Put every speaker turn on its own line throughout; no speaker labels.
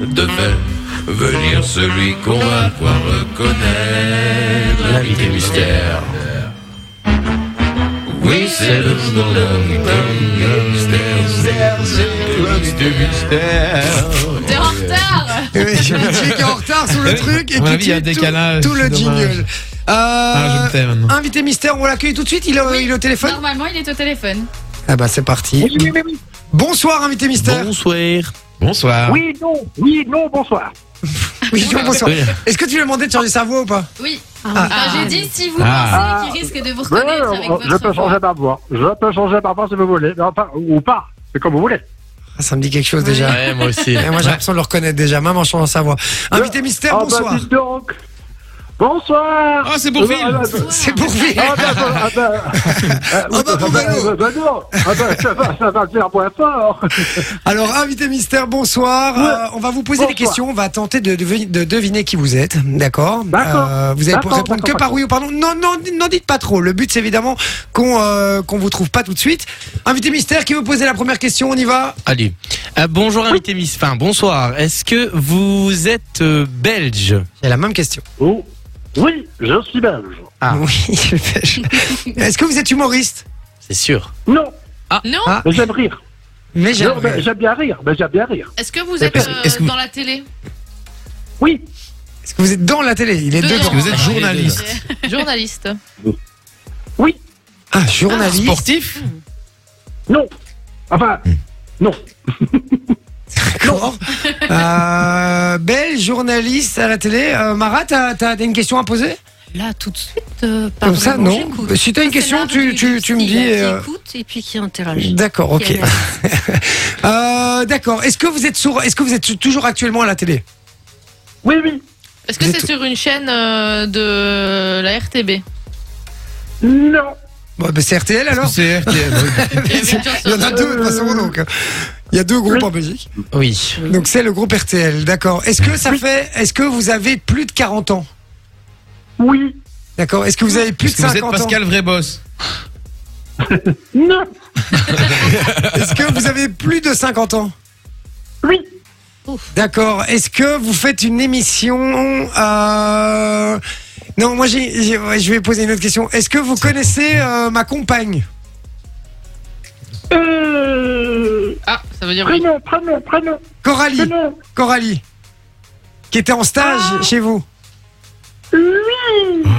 devait venir celui qu'on va pouvoir reconnaître. L'invité mystère. Oui, c'est le jour de l'invité mystère. C'est l'invité mystère.
T'es en retard
Oui, je me dis qu'il est en retard sur le
Oui.
truc et
À mon
qui
avis, il y a
tue
un
tout-
décalage,
tout, le
c'est dommage. Ah,
jingle. Euh,
Ah,
je me tais maintenant.
invité mystère, on l'accueille tout de suite. Il est, il est au téléphone
Normalement, il est au téléphone.
Ah bah c'est parti. Bonsoir invité mystère.
Bonsoir.
Hein
Bonsoir.
Oui, non, oui, non, bonsoir.
Oui, bonsoir.
Oui.
Est-ce que tu lui as demandé de changer sa voix ou pas
Oui.
Ah.
Ah, J'ai dit si vous
Ah.
pensez qu'il risque de vous
Ouais,
reconnaître avec
on-
votre
Euh, je peux
voix.
changer ma voix. Je peux changer ma voix si vous voulez. Mais enfin, ou pas. C'est comme vous voulez.
Ah, Ça me dit quelque chose déjà.
Ouais, moi aussi.
Et moi j'ai l'impression de le reconnaître déjà, même en changeant sa voix. Invité mystère,
Ah, bah,
bonsoir.
dites donc. Bonsoir.
Ah, c'est Bourvil.
Ah, bah,
C'est pour lui.
Ah, bah, bah, ah, bah, euh,
Ah, bah, bon, bah, non.
bah, non. Ah, bah, ça va, ça va faire moins fort.
Alors invité mystère, bonsoir.
Ouais.
Euh, on va vous poser des
Bonsoir.
questions, on va tenter de, de- de deviner qui vous êtes, d'accord Euh,
D'accord.
Vous allez pouvoir
D'accord,
répondre que par
d'accord, d'accord.
oui ou par non. Non, non, n'en dites pas trop. Le but c'est évidemment qu'on euh, qu'on vous trouve pas tout de suite. Invité mystère, qui veut poser la première question On y va.
Allez. Euh, bonjour, invité Miss. Enfin, bonsoir. Est-ce que vous êtes euh, belge
C'est la même question.
Oh. Oui, je suis belge.
Ah.
Oui. je fais- je- Est-ce que vous êtes humoriste
C'est sûr.
Non,
Non
Ah.
mais j'aime rire.
Mais j'ai-
Non, mais J'aime bien rire, mais j'aime bien rire.
Est-ce que vous êtes
Est-ce-
euh,
est-ce que vous-
dans la télé
Oui,
Est-ce que vous êtes dans la télé Il est Ah,
Dedans.
dedans.
que vous êtes journaliste
Journaliste.
oui,
Ah, journaliste.
Sportif
non. Enfin,
Hmm.
non.
D'accord. Euh, belle journaliste à la télé. Euh, Marat, t'as, t'as- t'as une question à poser
Là, tout de suite, euh, pas
Comme ça,
vraiment,
non.
j'écoute.
Bah, si t'as une
Ça, c'est
question,
l'art
tu-
du-
tu-
du
tu me
style,
dis,
Qui
euh,
écoute et puis qui interagit.
D'accord, ok.
Qui analyse.
Euh, d'accord. Est-ce que vous êtes sourd Est-ce que vous êtes toujours actuellement à la télé
Oui, oui.
Est-ce que
Vous
c'est
êtes-
sur une chaîne euh, de la RTB
Non.
Bon, bah, C'est RTL alors.
C'est Euh, RTL.
Il y avait une chance
Il y
sur
en a
deux.
deux de toute façon donc. hein. Il y a deux groupes en Belgique.
Oui.
Donc c'est le groupe RTL, d'accord. Est-ce que ça fait Est-ce que vous avez plus de 40 ans
Oui.
D'accord. Est-ce que vous avez plus
Est-ce
de
que vous êtes
50 ans
Pascal Vréboss
Non.
Est-ce que vous avez plus de 50 ans
Oui.
D'accord. Est-ce que vous faites une émission euh, Non, moi j'ai, j'ai- ouais, je vais poser une autre question. Est-ce que vous connaissez euh, ma compagne
Euh...
Ah, ça veut dire oui.
Prénom, prénom, prénom,
Coralie
prénom.
Coralie, qui était en stage chez vous.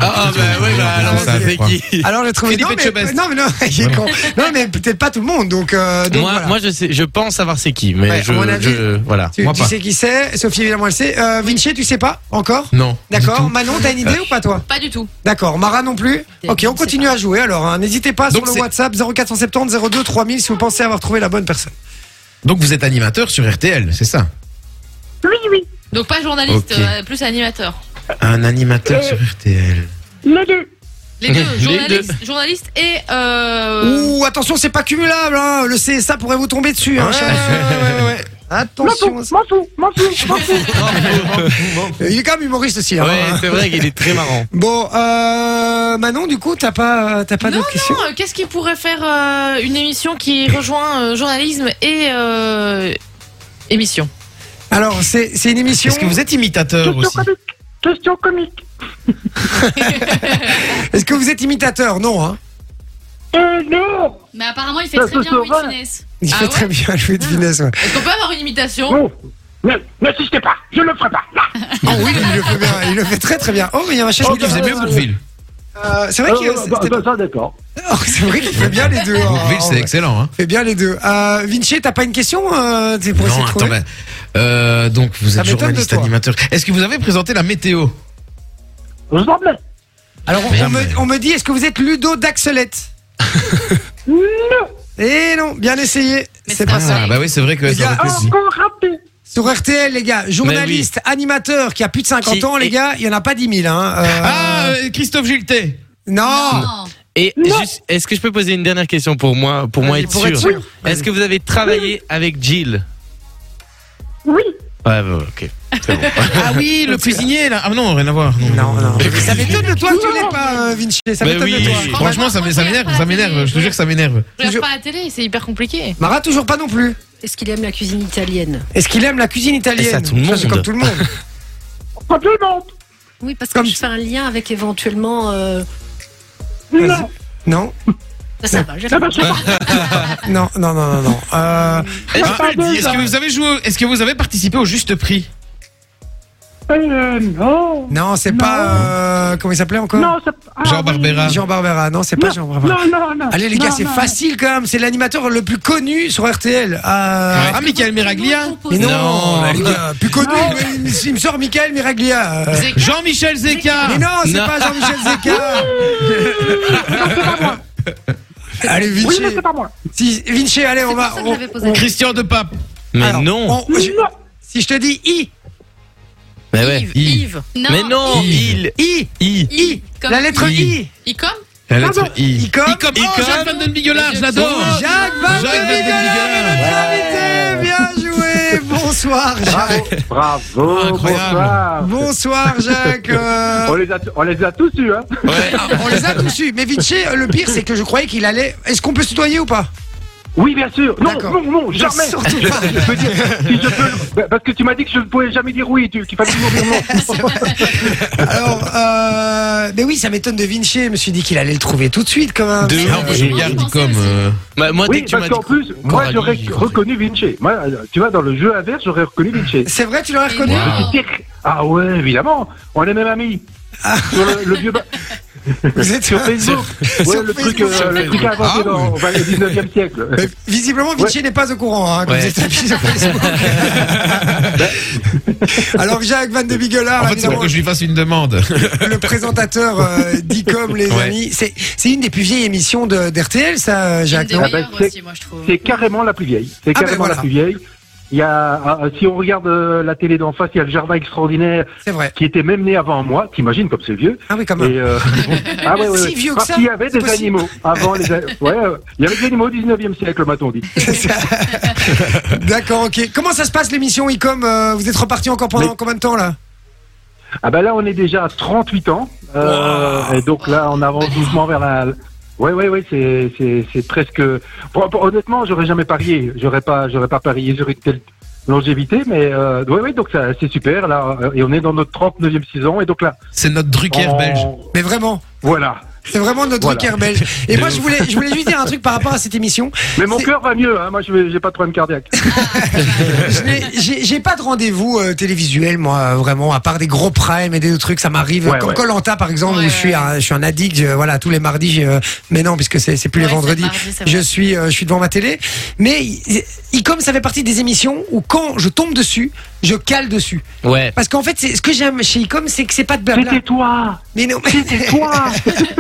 Ah, bah oui, bah
alors,
alors,
ça, je
c'est
crois.
qui
Alors j'ai trouvé.
Philippe
Non mais,
Etchebest.
non mais non, il est con. Non, mais peut-être pas tout le monde. Donc, euh, donc,
moi,
voilà.
moi, je sais, je pense savoir c'est qui, mais
Ouais, à
je,
mon avis-
je- voilà.
tu,
moi
tu
pas.
sais qui c'est Sophie évidemment elle sait. Euh, Vinci, tu sais pas encore
Non. du
D'accord.
tout. Euh,
Manon, t'as une idée ou pas toi
Pas du tout.
D'accord, Mara non plus. Ok, on continue à jouer alors. hein. N'hésitez pas
Donc
sur le
c'est-
WhatsApp 0470 02 3000 si vous pensez avoir trouvé la bonne personne.
Donc vous êtes animateur sur RTL, c'est ça
Oui, oui.
Donc pas journaliste,
Ok.
euh, plus animateur.
Un animateur sur RTL.
Les deux.
Les deux,
Les
journaliste, journaliste et euh,
Ouh, attention, c'est pas cumulable. Hein. Le CSA pourrait vous tomber dessus. hein,
Ouais,
chérie.
M'en fous,
Attention.
m'en fous, m'en fous, m'en fous.
Il est quand même humoriste aussi. hein.
Ouais, c'est vrai qu'il est très marrant.
Bon, euh, Manon, du coup, t'as pas, t'as pas
Non,
d'autres questions
Euh, Qu'est-ce qui pourrait faire euh, une émission qui rejoint euh, journalisme et euh, émission
Alors, c'est c'est une émission.
Est-ce que vous êtes imitateur
Question
aussi
comique. Question comique.
Est-ce que vous êtes imitateur Non. Hein.
Euh, non.
Mais apparemment, il fait
Ça
très
se
bien Louis de
saurait.
Funès.
Il
Ah
fait
ouais
très bien le de finesse. ouais.
Est-ce qu'on peut avoir une imitation
Non. Oh. Ne- N'insistez pas, je le ferai pas. Là.
Oh oui, il le fait bien. Il le fait très très bien. Oh, mais il y a ma chaise
Je
qui
crois qu'il faisait mieux Bourvil.
Euh, c'est vrai
Euh,
qu'il
bah, bah,
c'était-
bah, ça, d'accord.
Oh, c'est vrai qu'il fait bien les deux. hein,
Bourvil,
en
c'est
vrai.
excellent. Hein.
Fait bien les deux. Euh, Vinci, t'as pas une question euh, t'es pour essayer
Non,
de
attends,
trouver
mais, euh, donc vous
Ça
êtes
m'étonne de
journaliste,
toi.
animateur. Est-ce que vous avez présenté la météo
Je vous emmène.
Alors, on, on
bah, Merde.
me, on me dit, est-ce que vous êtes Ludo d'Axelette
Non.
Eh non, bien essayé.
Mais
C'est
c'est
pas
un
ça.
vrai.
bah oui, c'est vrai que
Les
ça
gars,
aurait pu se dire.
Encore raté.
Sur RTL, les gars, journaliste, animateur qui a plus de 50
Qui
ans, les
est-
gars, il y en a pas 10 000. Hein. Euh,
Ah, euh, Christophe Giltet
non.
Et
Non.
juste, est-ce que je peux poser une dernière question pour moi, pour moi
Allez,
être
pour
sûr,
être sûr.
Est-ce que vous avez travaillé avec Jill
Oui.
Ouais, bah, ok. C'est bon.
Ah oui, le cuisinier là. Ah non, rien à voir.
Non, non.
Mais
Ça m'étonne de toi que tu l'aies pas, euh, Vinci. Ça
Mais
m'étonne
oui.
de toi.
Oui.
Franchement, ça m'é- ça m'énerve, ça m'énerve. Je te jure que ça m'énerve.
Je regarde pas la télé, c'est hyper compliqué.
Mara, toujours pas non plus.
Est-ce qu'il aime la cuisine italienne
Est-ce qu'il aime la cuisine italienne
Et ça, tout le
c'est
monde.
comme tout le monde.
Pas tout le monde
Oui, parce que
Comme
je fais un lien avec éventuellement. euh,
Non
Non,
Ça, ça va, j'ai
Ça va, Eh ben, c'est pas-
non, non, non, non, non. Euh,
Eh,
Ah,
Baldi,
pardon,
Est-ce
là.
que vous avez joué au- Est-ce que vous avez participé au juste prix
Euh, Non
non, c'est
Non.
pas. euh, comment il s'appelait encore
Non, c'est pas. ah,
Jean
oui.
Barbera.
Jean Barbera. Non, c'est pas
Non,
Jean Barbera.
Non, non, non.
Allez les gars,
Non,
c'est
non,
facile quand même. C'est l'animateur le plus connu sur RTL. Euh,
Ah, Michael Miraglia
Mais non,
Non.
les gars, plus connu.
Non.
mais il, me- il me sort Michael Miraglia. euh.
Zeka.
Jean-Michel Zeka
Mais non, c'est
Non.
pas Jean-Michel Zeka. allez
non. Oui,
Vinci.
mais c'est pas moi.
Si, Vinci, allez, on
C'est
va.
pour ça que
on-
j'avais posé la
Christian de Pape.
Mais
alors,
non.
on- je-
Non.
si je te dis I,
Mais ouais.
Yves. Yves.
Mais non. Il.
I,
I.
I. Comme
la lettre I.
I comme
La lettre
Pardon.
I.
I comme.
I comme,
I
oh,
comme-
Jacques Van Den Bigelard, je l'adore.
Oh, Jacques Van
Jacques Van Den
Beveren est notre invité. Bien joué. Bonsoir,
Ah,
Jacques.
Bravo,
Incroyable.
bonsoir.
Bonsoir, Jacques. Euh,
On les a, on les a tous eus, hein.
Ouais.
on les a tous eus. Mais Vinci, le pire, c'est que je croyais qu'il allait. Est-ce qu'on peut se tutoyer ou pas
Oui, bien sûr. Non,
D'accord.
non, non, jamais.
Surtout
Je,
pas.
je peux dire, si je peux, le- bah, parce que tu m'as dit que je ne pouvais jamais dire oui, tu- qu'il fallait toujours dire non.
Alors, euh, mais oui, ça m'étonne de Vinci. Je me suis dit qu'il allait le trouver tout de suite, quand même.
De
Mais-
ouf.
Ah, moi, je regarde I comme. euh,
Bah, moi, dès
Oui,
que tu m'as
parce
dit.
qu'en plus, moi
Coralie,
j'aurais
j'ai compris.
reconnu Vinci. Moi, euh, tu vois, dans le jeu inverse, j'aurais reconnu Vinci.
C'est vrai, tu l'aurais
Et
reconnu
non.
Tic. Ah ouais, évidemment, on est même amis.
Ah.
Sur le, le vieux ba-
Vous êtes
sur Facebook. Ouais, le
Facebook.
truc, euh, le truc inventé
Ah,
dans enfin, le 19e siècle.
Mais Euh, Visiblement, Vinci n'est pas au courant. Hein, que
Ouais.
vous êtes amis sur Facebook. Alors, Jacques Van de Bigelard,
En fait, c'est pour
évidemment,
que je lui fasse une demande.
le présentateur euh, d'ICOM, les
Ouais.
amis, c'est c'est une des plus vieilles émissions d'RTL, ça, euh,
Une
Jacques,
des
non
Ah bah,
meilleures
c'est-
aussi, moi, je trouve.
C'est carrément la plus vieille. C'est
Ah, ben
carrément
voilà.
la plus vieille. Il y a, ah, si on regarde euh, la télé d'en face, il y a le jardin extraordinaire
C'est vrai.
qui était même né avant moi. T'imagines comme c'est vieux.
Ah oui, quand même.
Et euh, ah ouais, ouais,
Si
ouais.
vieux que
Parce
ça,
qu'il y avait
c'est
des
possible.
animaux avant les. a- Ouais, euh, il y avait des animaux au 19e siècle, m'a-t-on dit.
D'accord, ok. Comment ça se passe l'émission ICOM euh, Vous êtes reparti encore pendant
Mais-
combien de temps là
Ah bah là, on est déjà à 38 ans. Euh, Et donc là, on avance doucement vers la. Ouais, ouais, ouais, c'est, c'est, c'est presque. Bon, bon, honnêtement, j'aurais jamais parié. J'aurais pas, j'aurais pas parié sur une telle longévité, mais euh, ouais, ouais, donc ça, c'est super là. euh, Et on est dans notre 39e saison, et donc là.
C'est notre Drucker
on-
belge.
Mais vraiment
Voilà.
c'est vraiment notre
Voilà.
Drucker belge. Et moi, je voulais, je voulais juste dire un truc par rapport à cette émission.
Mais mon
C'est-
cœur va mieux. Hein. Moi, je vais- j'ai pas de problème cardiaque.
Je n'ai- J'ai j'ai pas de rendez-vous euh, télévisuel, moi, euh, vraiment, à part des gros primes et des trucs, ça m'arrive.
Ouais,
Comme
ouais.
Colanta, par exemple,
Ouais,
où je suis,
ouais.
un, je suis un addict, je- voilà, tous les mardis, j'ai, euh, mais non, puisque c'est c'est plus
Ouais,
les
c'est le
vendredis,
mardi, c'est vrai.
je suis, euh, je suis devant ma télé. Mais comme ça fait partie des émissions où quand je tombe dessus, je cale dessus.
Ouais.
Parce qu'en fait, c'est- ce que j'aime chez Icom, c'est que c'est pas de blabla.
C'était toi.
Mais non, mais,
C'était toi.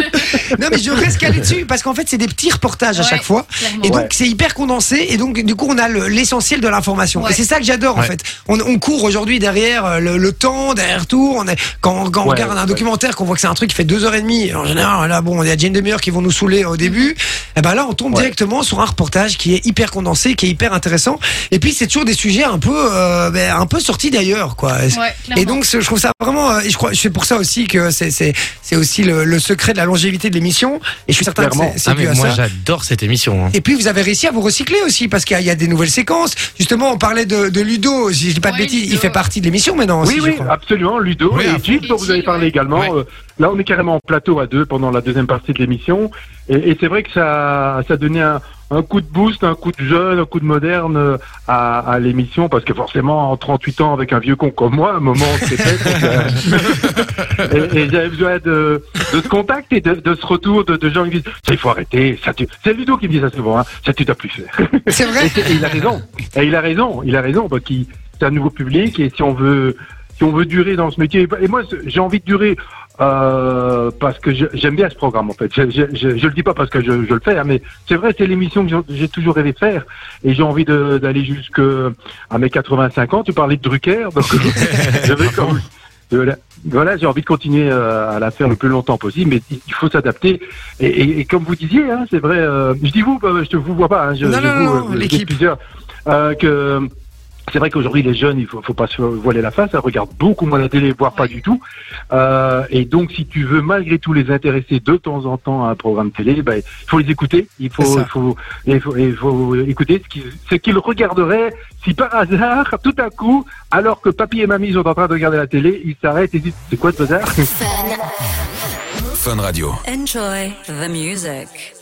non, mais je reste calé dessus parce qu'en fait, c'est des petits reportages à
Ouais.
chaque fois.
Clairement.
Et
Ouais.
donc c'est hyper condensé et donc du coup on a le- l'essentiel de l'information
Ouais.
et c'est ça que j'adore en
Ouais.
fait. On, on court aujourd'hui derrière euh, le, le temps, derrière tout. On est, quand, quand on
Ouais,
regarde un
ouais.
documentaire qu'on voit que c'est un truc qui fait deux heures et demie. En général là bon on est à déjà une demi-heure qui vont nous saouler au début. Et ben là on tombe
Ouais.
directement sur un reportage qui est hyper condensé, qui est hyper intéressant. Et puis c'est toujours des sujets un peu euh, ben, un peu sortis d'ailleurs quoi.
Ouais,
Et
clairement.
donc, ce- je trouve ça vraiment. euh, et je crois, c'est pour ça aussi que c'est c'est c'est aussi le, le secret de la longévité de l'émission. Et je suis certain
Clairement.
que c'est- c'est
Ah,
dû
mais
à
moi,
ça.
j'adore cette émission. hein.
Et puis vous avez réussi à vous recycler aussi parce qu'il y a- il y a des nouvelles séquences. Justement, on parlait de, de Ludo. Si je dis pas de
Ouais,
bêtises, il
Ludo.
fait partie de l'émission maintenant.
Oui,
aussi, je
oui, Ah,
crois.
absolument. Ludo
Oui,
et
absolument.
Gilles, dont vous avez parlé
Ouais.
également.
Ouais.
Euh, Là, on est carrément en plateau à deux pendant la deuxième partie de l'émission. Et, et c'est vrai que ça, ça donnait un, un coup de boost, un coup de jeune, un coup de moderne euh, à, à l'émission. Parce que forcément, en 38 ans, avec un vieux con comme moi, à un moment, c'était. euh, et et j'avais besoin de, de ce contact et de, de ce retour de, de gens qui me disent Ça, il faut arrêter. Ça, tu... C'est Ludo qui me dit ça souvent. Hein. Ça, tu dois plus faire.
C'est
Et,
vrai.
c'est- et il a raison. Et il a raison. Il a raison. Bah, qui, c'est un nouveau public et si on veut, si on veut durer dans ce métier. Et moi, c'est- j'ai envie de durer euh, parce que je- j'aime bien ce programme en fait. Je, je, je, je le dis pas parce que je, je le fais, hein, mais c'est vrai, c'est l'émission que j'ai- j'ai toujours rêvé de faire et j'ai envie de- d'aller jusque à mes 85 ans. Tu parlais de Drucker, donc euh, je vais comme- voilà. Voilà, j'ai envie de continuer euh, à la faire le plus longtemps possible, mais il faut s'adapter. Et, et- et comme vous disiez, hein, c'est vrai. euh, je dis euh, vous, bah, je te vous vois pas. hein, je,
Non,
je
non,
vous,
non,
euh, vous êtes
l'équipe.
plusieurs, euh, que C'est vrai qu'aujourd'hui, les jeunes, il faut, faut pas se voiler la face, hein, regardent beaucoup moins la télé, voire pas du tout. Euh, et donc, si tu veux malgré tout les intéresser de temps en temps à un programme télé, ben, il faut les écouter. Il faut,
C'est ça.
il faut, il faut, il faut écouter ce qu'ils ce qu'ils regarderaient si par hasard, tout à coup, alors que papy et mamie sont en train de regarder la télé, ils s'arrêtent et disent C'est quoi ce bazar
Fun Radio.
Enjoy the music.